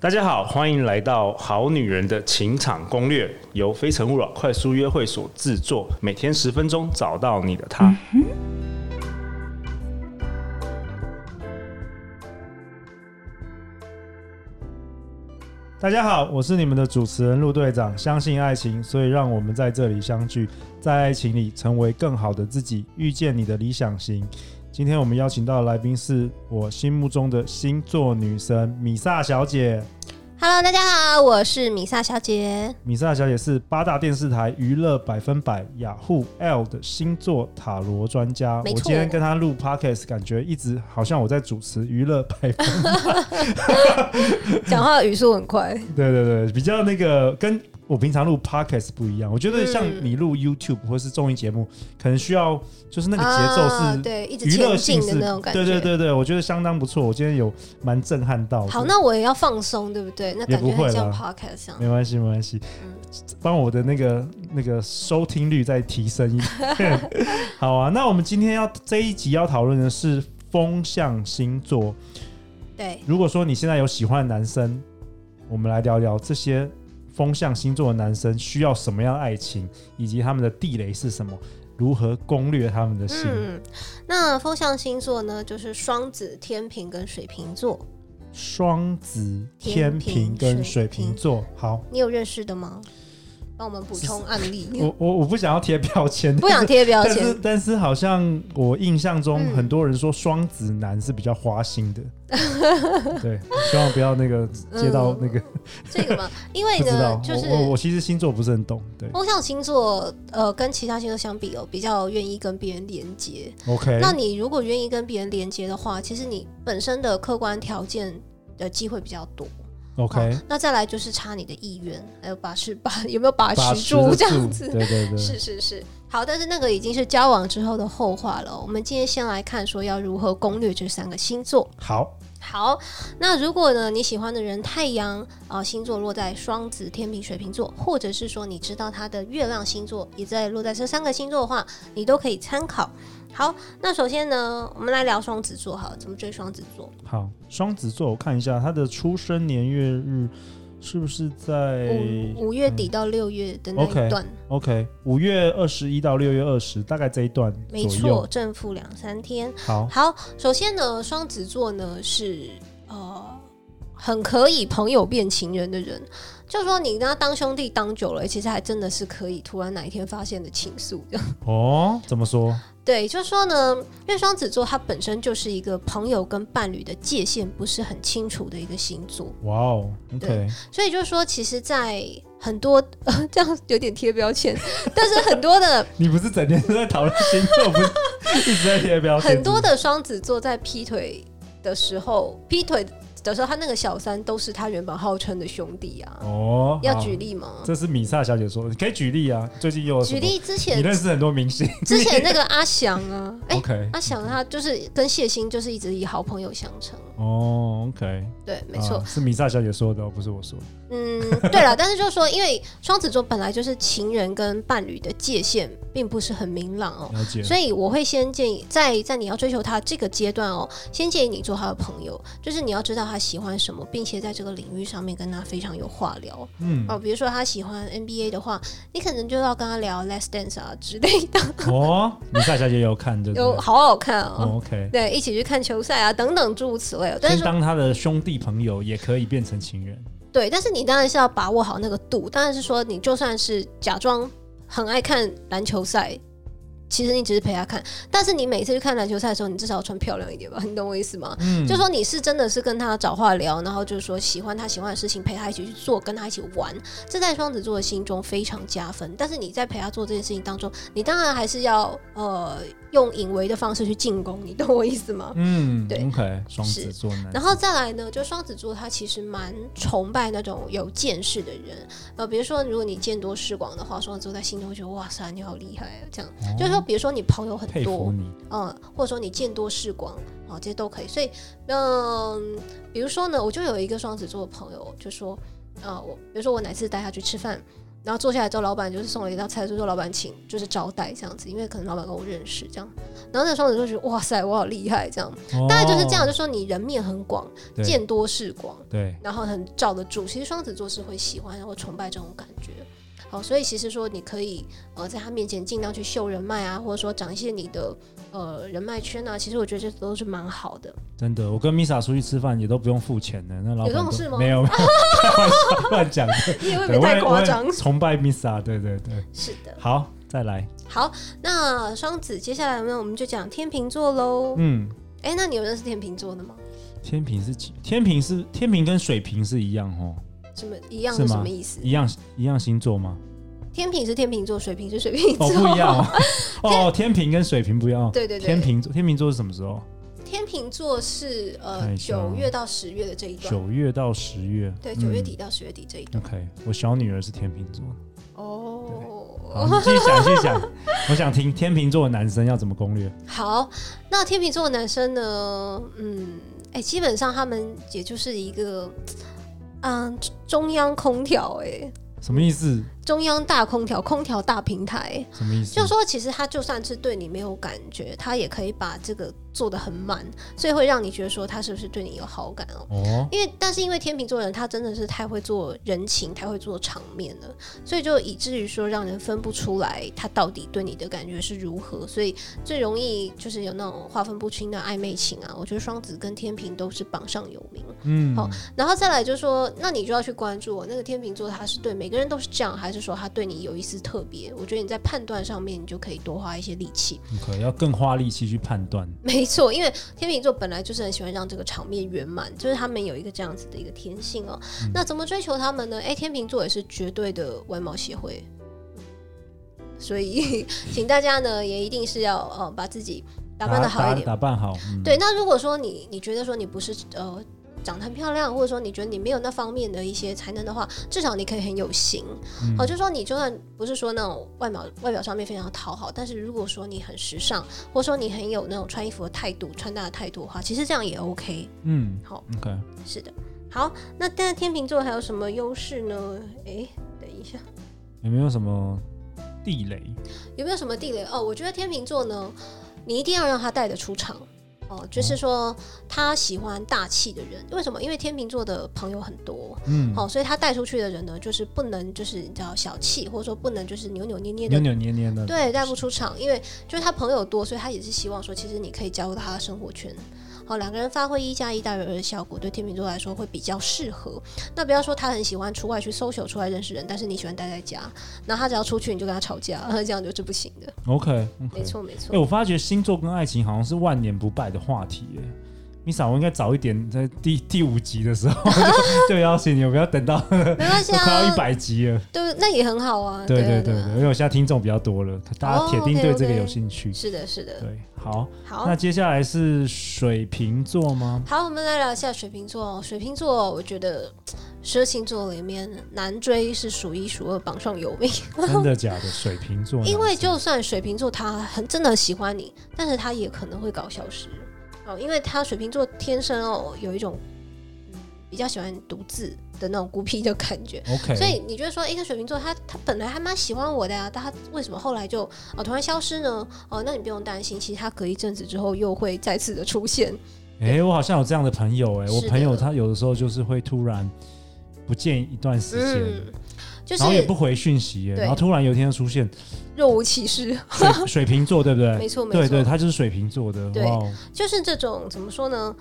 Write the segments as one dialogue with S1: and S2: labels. S1: 大家好，欢迎来到《好女人的情场攻略》，由非诚勿扰快速约会所制作，每天十分钟，找到你的他。
S2: 大家好，我是你们的主持人陆队长。相信爱情，所以让我们在这里相聚，在爱情里成为更好的自己，遇见你的理想型。今天我们邀请到的来宾是我心目中的星座女神米萨小姐。
S3: Hello，大家好，我是米萨小姐。
S2: 米萨小姐是八大电视台娱乐百分百雅虎 L 的星座塔罗专家。
S3: 没
S2: 我
S3: 错
S2: 今 天跟她录 podcast，感觉一直好像我在主持娱乐百 分。
S3: 讲话语速很快，
S2: 对对对，比较那个跟我平常录 podcast 不一样。我觉得像
S3: 嗯
S2: 你录 YouTube 或是综艺节目，可能需要就是那个节奏是、
S3: 啊对，一直
S2: 娱乐
S3: 前
S2: 性
S3: 进的
S2: 是
S3: 那种感觉。
S2: 对对对对，我觉得相当不错。我今天有蛮震撼到的。
S3: 好，那我也要放松，对不对？那感
S2: 也
S3: 觉
S2: 不会
S3: 很像
S2: 啦
S3: podcast 这样。
S2: 没关系没关系，帮我的那个那个收听率再提升一 点。好啊，那我们今天要这一集要讨论的是风象星座。
S3: 对，
S2: 如果说你现在有喜欢的男生，我们来聊聊这些风象星座的男生需要什么样的爱情，以及他们的地雷是什么，如何攻略他们的心。
S3: 嗯，那风象星座呢，就是双子、天平跟水瓶座，
S2: 双子、天平跟水瓶座，好，
S3: 你有认识的吗？帮我们补充案例。
S2: 我我我不想要贴标签，
S3: 不想贴标
S2: 但
S3: 签
S2: 是，但是好像我印象中
S3: 嗯
S2: 很多人说双子男是比较花 心的，对，希望不要那个接到
S3: 嗯
S2: 那个、
S3: 这个嘛，因为
S2: 不知道
S3: 呢，，就
S2: 我我
S3: 是哦
S2: 我其实星座不是很懂，对
S3: 风象星座，呃，跟其他星座相比哦，比较愿意跟别人连接。
S2: ，OK，
S3: 那你如果愿意跟别人连接的话，其实你本身的客观条件的机会比较多。
S2: OK，
S3: 好那再来就是差你的意愿，还有把持把 有没有把
S2: 把
S3: 持
S2: 持得
S3: 住这
S2: 住
S3: 样子。
S2: 对对对，
S3: 是是是，好，但是那个已经是交往之后的后话了。我们今天先来看说要如何攻略这三个星座。
S2: 好，
S3: 好，那如果呢你喜欢的人太阳啊、呃星座落在双子、天平、水瓶座，或者是说你知道他的月亮星座也在落在这三个星座的话，你都可以参考。好，那首先呢，我们来聊双子座好了，怎么追双子座？
S2: 好，双子座，我看一下他的出生年月日是不是在
S3: 五五月底到六月的那
S2: OK
S3: 一段，
S2: OK 五月二十一到六月二十，大概这一段
S3: 没
S2: 左
S3: 错，
S2: 右。
S3: 正负两三天。
S2: 好，
S3: 好，首先呢，双子座呢是呃很可以朋友变情人的人，就说你跟他当兄弟当久了，其实还真的是可以突然哪一天发现的情愫。
S2: 哦，怎么说？
S3: 对，就说呢，因为双子座它本身就是一个朋友跟伴侣的界限不是很清楚的一个星座，
S2: 哇哦，OK，
S3: 对所以就说其实，在很多、 呃、这样有点贴标签，但是很多的
S2: 你不是整天都在讨论星座，不是一直在贴标签？
S3: 很多的双子座在劈腿的时候，劈腿的时候，他那个小三都是他原本号称的兄弟啊。
S2: 哦，
S3: 要
S2: 好
S3: 举，例吗？
S2: 这是米萨小姐说，你可以举例啊。最近又有什
S3: 举
S2: 么，
S3: 例之
S2: 你
S3: 前
S2: 认识很哦多 明星
S3: 之前那个阿翔啊，哎、
S2: ，OK，
S3: 阿翔他就是跟谢欣就是一直以好朋友相称，
S2: 哦，OK，
S3: 对，没错
S2: 啊。是米萨小姐说的哦，不是我说的。
S3: 嗯，对了，但是就是说，因为双子座本来就是情人跟伴侣的界限并不是很明朗哦，
S2: 了解，
S3: 所以我会先建议，在在你要追求他这个阶段哦，先建议你做他的朋友，就是你要知道他喜欢什么，并且在这个领域上面跟他非常有话聊
S2: 嗯，
S3: 哦。比如说他喜欢 NBA 的话，你可能就要跟他聊 Let's Dance 啊 之类的，
S2: 哦，米萨小姐有看对不对？
S3: 有好好看
S2: 哦
S3: 哦。
S2: ，OK。
S3: 对，一起去看球赛啊，等等诸如此类哦。但
S2: 先
S3: 是
S2: 当他的兄弟朋友，也可以变成情人。
S3: 对，但是你当然是要把握好那个度。当然是说，你就算是假装很爱看篮球赛，其实你只是陪他看。但是你每次去看篮球赛的时候，你至少要穿漂亮一点吧？你懂我意思吗？
S2: 嗯
S3: 就说你是真的是跟他找话聊，然后就是说喜欢他喜欢的事情，陪他一起去做，跟他一起玩，这在双子座的心中非常加分。但是你在陪他做这件事情当中，你当然还是要呃用引为的方式去进攻，你懂我意思吗？
S2: 嗯
S3: 对
S2: ，OK，双子座男，
S3: 然后再来呢，就双子座他其实蛮崇拜那种有见识的人，呃，比如说如果你见多识广的话，双子座在心中会觉得哇塞你好厉害啊，这样。
S2: 哦
S3: 就是说，比如说你朋友很
S2: 佩服
S3: 多，
S2: 你，
S3: 嗯，或者说你见多识广，哦，这些都可以。所以，嗯，比如说呢，我就有一个双子座的朋友，就说，呃，我比如说我哪次带他去吃饭，然后坐下来之后，老板就是送了一道菜，就说老板请就是招待这样子，因为可能老板跟我认识这样。然后那双子就觉得哇塞，我好厉害这样，大概就是这样，就说你人面很广，
S2: 哦对
S3: 见多识广，
S2: 对，
S3: 然后很罩得住。其实双子座是会喜欢或崇拜这种感觉。好，所以其实说你可以呃在他面前尽量去秀人脉啊，或者说长一些你的呃人脉圈啊。其实我觉得这都是蛮好的。
S2: 真的，我跟 Misa 出去吃饭也都不用付钱的，那老板
S3: 有这种
S2: 都
S3: 事吗
S2: 没有，没有开玩笑乱讲的，
S3: 你也未免
S2: 对我
S3: 太
S2: 也我
S3: 夸
S2: 也
S3: 张。
S2: 崇拜 Misa，对对对，
S3: 是的，
S2: 好，再来，
S3: 好，那双子接下来呢，我们就讲天秤座喽。
S2: 嗯，
S3: 哎、那你有认识天秤座的吗？
S2: 天平是几？天平是天平跟水瓶是一样哦，
S3: 什么一样
S2: 是
S3: 是
S2: 吗
S3: 什么意思？
S2: 一样一样星座吗？
S3: 天平是天秤座，水瓶是水瓶座。
S2: 哦，不一样哦，哦，天平跟水瓶不一样 哦，
S3: 对对对，
S2: 天平座天平座是什么时候？
S3: 天秤座是
S2: 看
S3: 呃
S2: 一下哦
S3: 九月到十月的这一段，
S2: 九月到十月，
S3: 对，
S2: 嗯
S3: 九月底。到十月底这一段。
S2: OK，我小女儿是天秤座。好，
S3: 哦，
S2: 你继续讲，继续讲。我想听天秤座的男生要怎么攻略。
S3: 好，那天秤座的男生呢？嗯，哎、基本上他们也就是一个，嗯，中央空调，哎，
S2: 什么意思？
S3: 中央大空调，空调大平台。
S2: 什么意思？
S3: 就说其实他就算是对你没有感觉，他也可以把这个做得很满，所以会让你觉得说他是不是对你有好感哦。
S2: 哦，
S3: 因为但是因为天秤座人他真的是太会做人情，太会做场面了，所以就以至于说让人分不出来他到底对你的感觉是如何，所以最容易就是有那种划分不清的暧昧情啊。我觉得双子跟天平都是榜上有名。
S2: 嗯，
S3: 好然后再来就是说，那你就要去关注我那个天秤座，他是对每个人都是这样，还是说他对你有一丝特别？我觉得你在判断上面，你就可以多花一些力气。
S2: 可要更花力气去判断。
S3: 没错，因为天秤座本来就是很喜欢让这个场面圆满，就是他们有一个这样子的一个天性哦。那怎么追求他们呢？哎，天秤座也是绝对的外貌协会，所以 请大家呢也一定是要呃把自己打扮的好一点。
S2: 打扮好。嗯、
S3: 对，那如果说你你觉得说你不是呃长得很漂亮，或者说你觉得你没有那方面的一些才能的话，至少你可以很有型。
S2: 嗯
S3: 哦、就说你就算不是说那种外表外表上面非常讨好，但是如果说你很时尚，或者说你很有那种穿衣服的态度、穿搭的态度的话，其实这样也 OK。
S2: 嗯，
S3: 好，
S2: OK，
S3: 是的。好，那但是天秤座还有什么优势呢？诶，等一下，
S2: 有没有什么地雷？
S3: 有没有什么地雷？哦，我觉得天秤座呢，你一定要让他带得出场。哦，就是说他喜欢大气的人，为什么？因为天秤座的朋友很多，
S2: 嗯，
S3: 哦，所以他带出去的人呢，就是不能就是你知道小气，或者说不能就是扭扭捏捏
S2: 扭
S3: 的，
S2: 扭捏捏的。
S3: 对，带不出场，因为就是他朋友多，所以他也是希望说，其实你可以加入他的生活圈。好，两个人发挥一加一大于二的效果，对天秤座来说会比较适合。那不要说他很喜欢出外去 social 出来认识人，但是你喜欢待在家，那他只要出去你就跟他吵架， 这样就是不行的。
S2: OK，
S3: 没。错，没错
S2: 哎、。我发觉星座跟爱情好像是万年不败的话题耶。米莎，我应该早一点，在第第五集 的时候就就邀请你，我不要等到 快
S3: 没关系
S2: 要
S3: 啊
S2: 一，百集了。
S3: 对，那也很好啊。
S2: 对
S3: 啊
S2: 对对
S3: 啊
S2: 对，因为我现在听众比较多了，大家铁定对这个
S3: OK，OK
S2: 有兴趣。
S3: 是的，是的。
S2: 对，好，
S3: 好，
S2: 那接下来是水瓶座吗？
S3: 好，我们来聊一下水瓶座。水瓶座，我觉得嗯十二星座里面男追是数一数二，榜上有 名。
S2: 真的假的？水瓶座男生，
S3: 因为就算水瓶座他很真的很喜欢你，但是他也可能会搞消失哦，因为他水瓶座天生哦有一种嗯比较喜欢独自的那种孤僻的感觉。
S2: OK，
S3: 所以你觉得说，一哎个水瓶座他他本来还蛮喜欢我的呀、啊但他为什么后来就哦突然消失呢？哦，那你不用担心，其实他隔一阵子之后又会再次的出现。
S2: 哎、我好像有这样的朋友哎、
S3: 是的
S2: 我朋友他有的时候就是会突然不见一段时间，
S3: 嗯，就
S2: 然后也
S3: 是
S2: 不回讯息哎、
S3: 对
S2: 然后突然有一天就出现
S3: 若无其事。
S2: 水水瓶座，对不对？
S3: 没错，没错，
S2: 对对，他就是水瓶座的，
S3: 对
S2: 哇哦，
S3: 就是这种怎么说呢？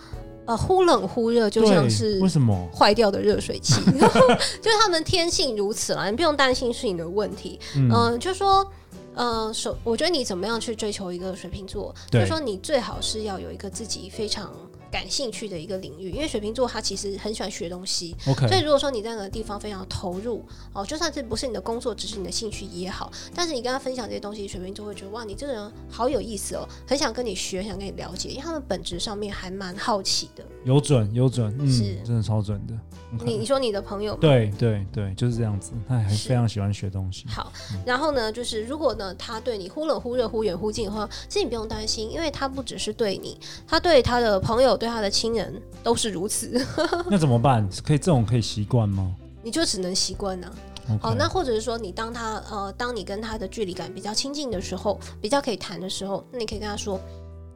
S3: 呃，忽冷忽热，就
S2: 对
S3: 像是
S2: 为什么？
S3: 坏掉的热水 器， 就是他们天性如此啦，你不用担心是你的问题。
S2: 嗯，
S3: 嗯、就说。呃，首我觉得你怎么样去追求一个水瓶座，就
S2: 对
S3: 说你最好是要有一个自己非常感兴趣的一个领域，因为水瓶座他其实很喜欢学东西，所
S2: OK，
S3: 以如果说你在那个地方非常投入，哦，就算这不是你的工作，只是你的兴趣也好，但是你跟他分享这些东西，水瓶就会觉得哇，你这个人好有意思哦，很想跟你学，想跟你了解，因为他们本质上面还蛮好奇的。
S2: 有准有准，嗯
S3: 是，
S2: 真的超准的。OK
S3: 你你说你的朋友吗？
S2: 对对对，就是这样子。他还
S3: 是
S2: 非常喜欢学东西。
S3: 好，然后呢，就是如果呢，他对你忽冷忽热、忽远忽近的话，其实你不用担心，因为他不只是对你，他对他的朋友、对他的亲人都是如此，
S2: 那怎么办？可以这种可以习惯吗？
S3: 你就只能习惯呐、
S2: OK
S3: 哦，那或者是说你当他呃，当你跟他的距离感比较亲近的时候，比较可以谈的时候，那你可以跟他说，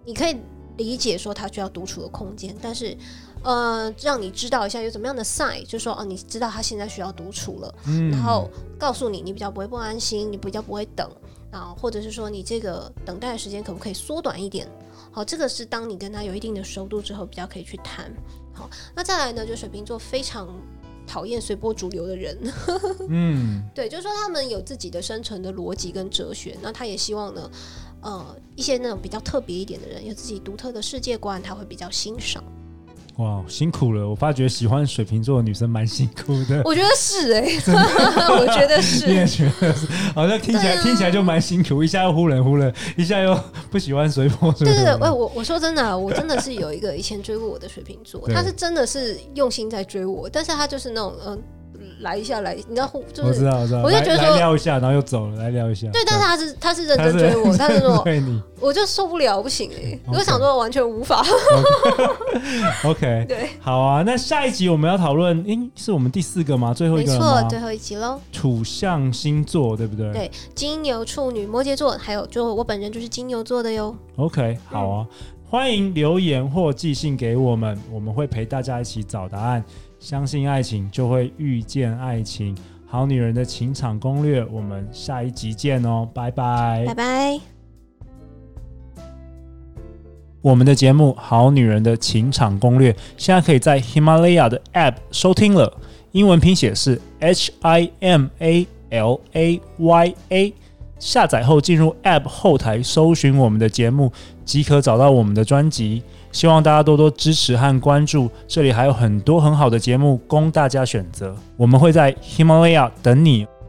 S3: 你可以理解说他需要独处的空间，但是呃，让你知道一下有怎么样的 sign，就说哦，你知道他现在需要独处了，
S2: 嗯
S3: 然后告诉你，你比较不会不安心，你比较不会等啊，或者是说你这个等待的时间可不可以缩短一点？好，这个是当你跟他有一定的熟度之后，比较可以去谈。好，那再来呢，就水瓶座非常讨厌随波逐流的人，
S2: 嗯
S3: 对，就是说他们有自己的生存的逻辑跟哲学，那他也希望呢，呃，一些那种比较特别一点的人，有自己独特的世界观，他会比较欣 赏。
S2: 哇辛苦了，我发觉喜欢水瓶座的女生蛮辛苦的。
S3: 我觉得是哎、 我觉得是
S2: 你也觉得是好像听起来、
S3: 对啊
S2: 听起来就蛮辛苦，一下又忽冷忽热，一下又不喜欢随波逐流。
S3: 对 对对，我我我说真的啊、我真的是有一个以前追过我的水瓶座，
S2: 对
S3: 他是真的是用心在追我，但是他就是那种嗯、来一下来，你知道互就
S2: 我
S3: 是
S2: 知道，我知道，
S3: 我就
S2: 来
S3: 觉得说
S2: 来聊一下，然后又走了，来聊一下。
S3: 对，但是他是他是认
S2: 他是
S3: 真追我，他是那种
S2: 对你
S3: 我就受不了，不行哎、
S2: OK
S3: 我就想说完全无法
S2: OK，
S3: 对，
S2: 好啊。那下一集我们要讨论，诶，是我们第四个吗？最后
S3: 没
S2: 一个
S3: 错
S2: 了，吗？
S3: 最后一集喽，
S2: 土象星座对不对？
S3: 对金牛、处女、摩羯座，还有就我本人就是金牛座的哟，
S2: OK，好啊，欢迎留言或寄信给我们，我们会陪大家一起找答案。相信爱情，就会遇见爱情。好女人的情场攻略，我们下一集见哦，拜拜。
S3: 拜拜。
S2: 我们的节目《好女人的情场攻略》现在可以在 Himalaya 的 App 收听了，英文拼写是 H I M A L A Y A。下载后进入 App 后台搜寻我们的节目，即可找到我们的专辑。希望大家多多支持和关注，这里还有很多很好的节目供大家选择。我们会在 Himalaya 等你。哦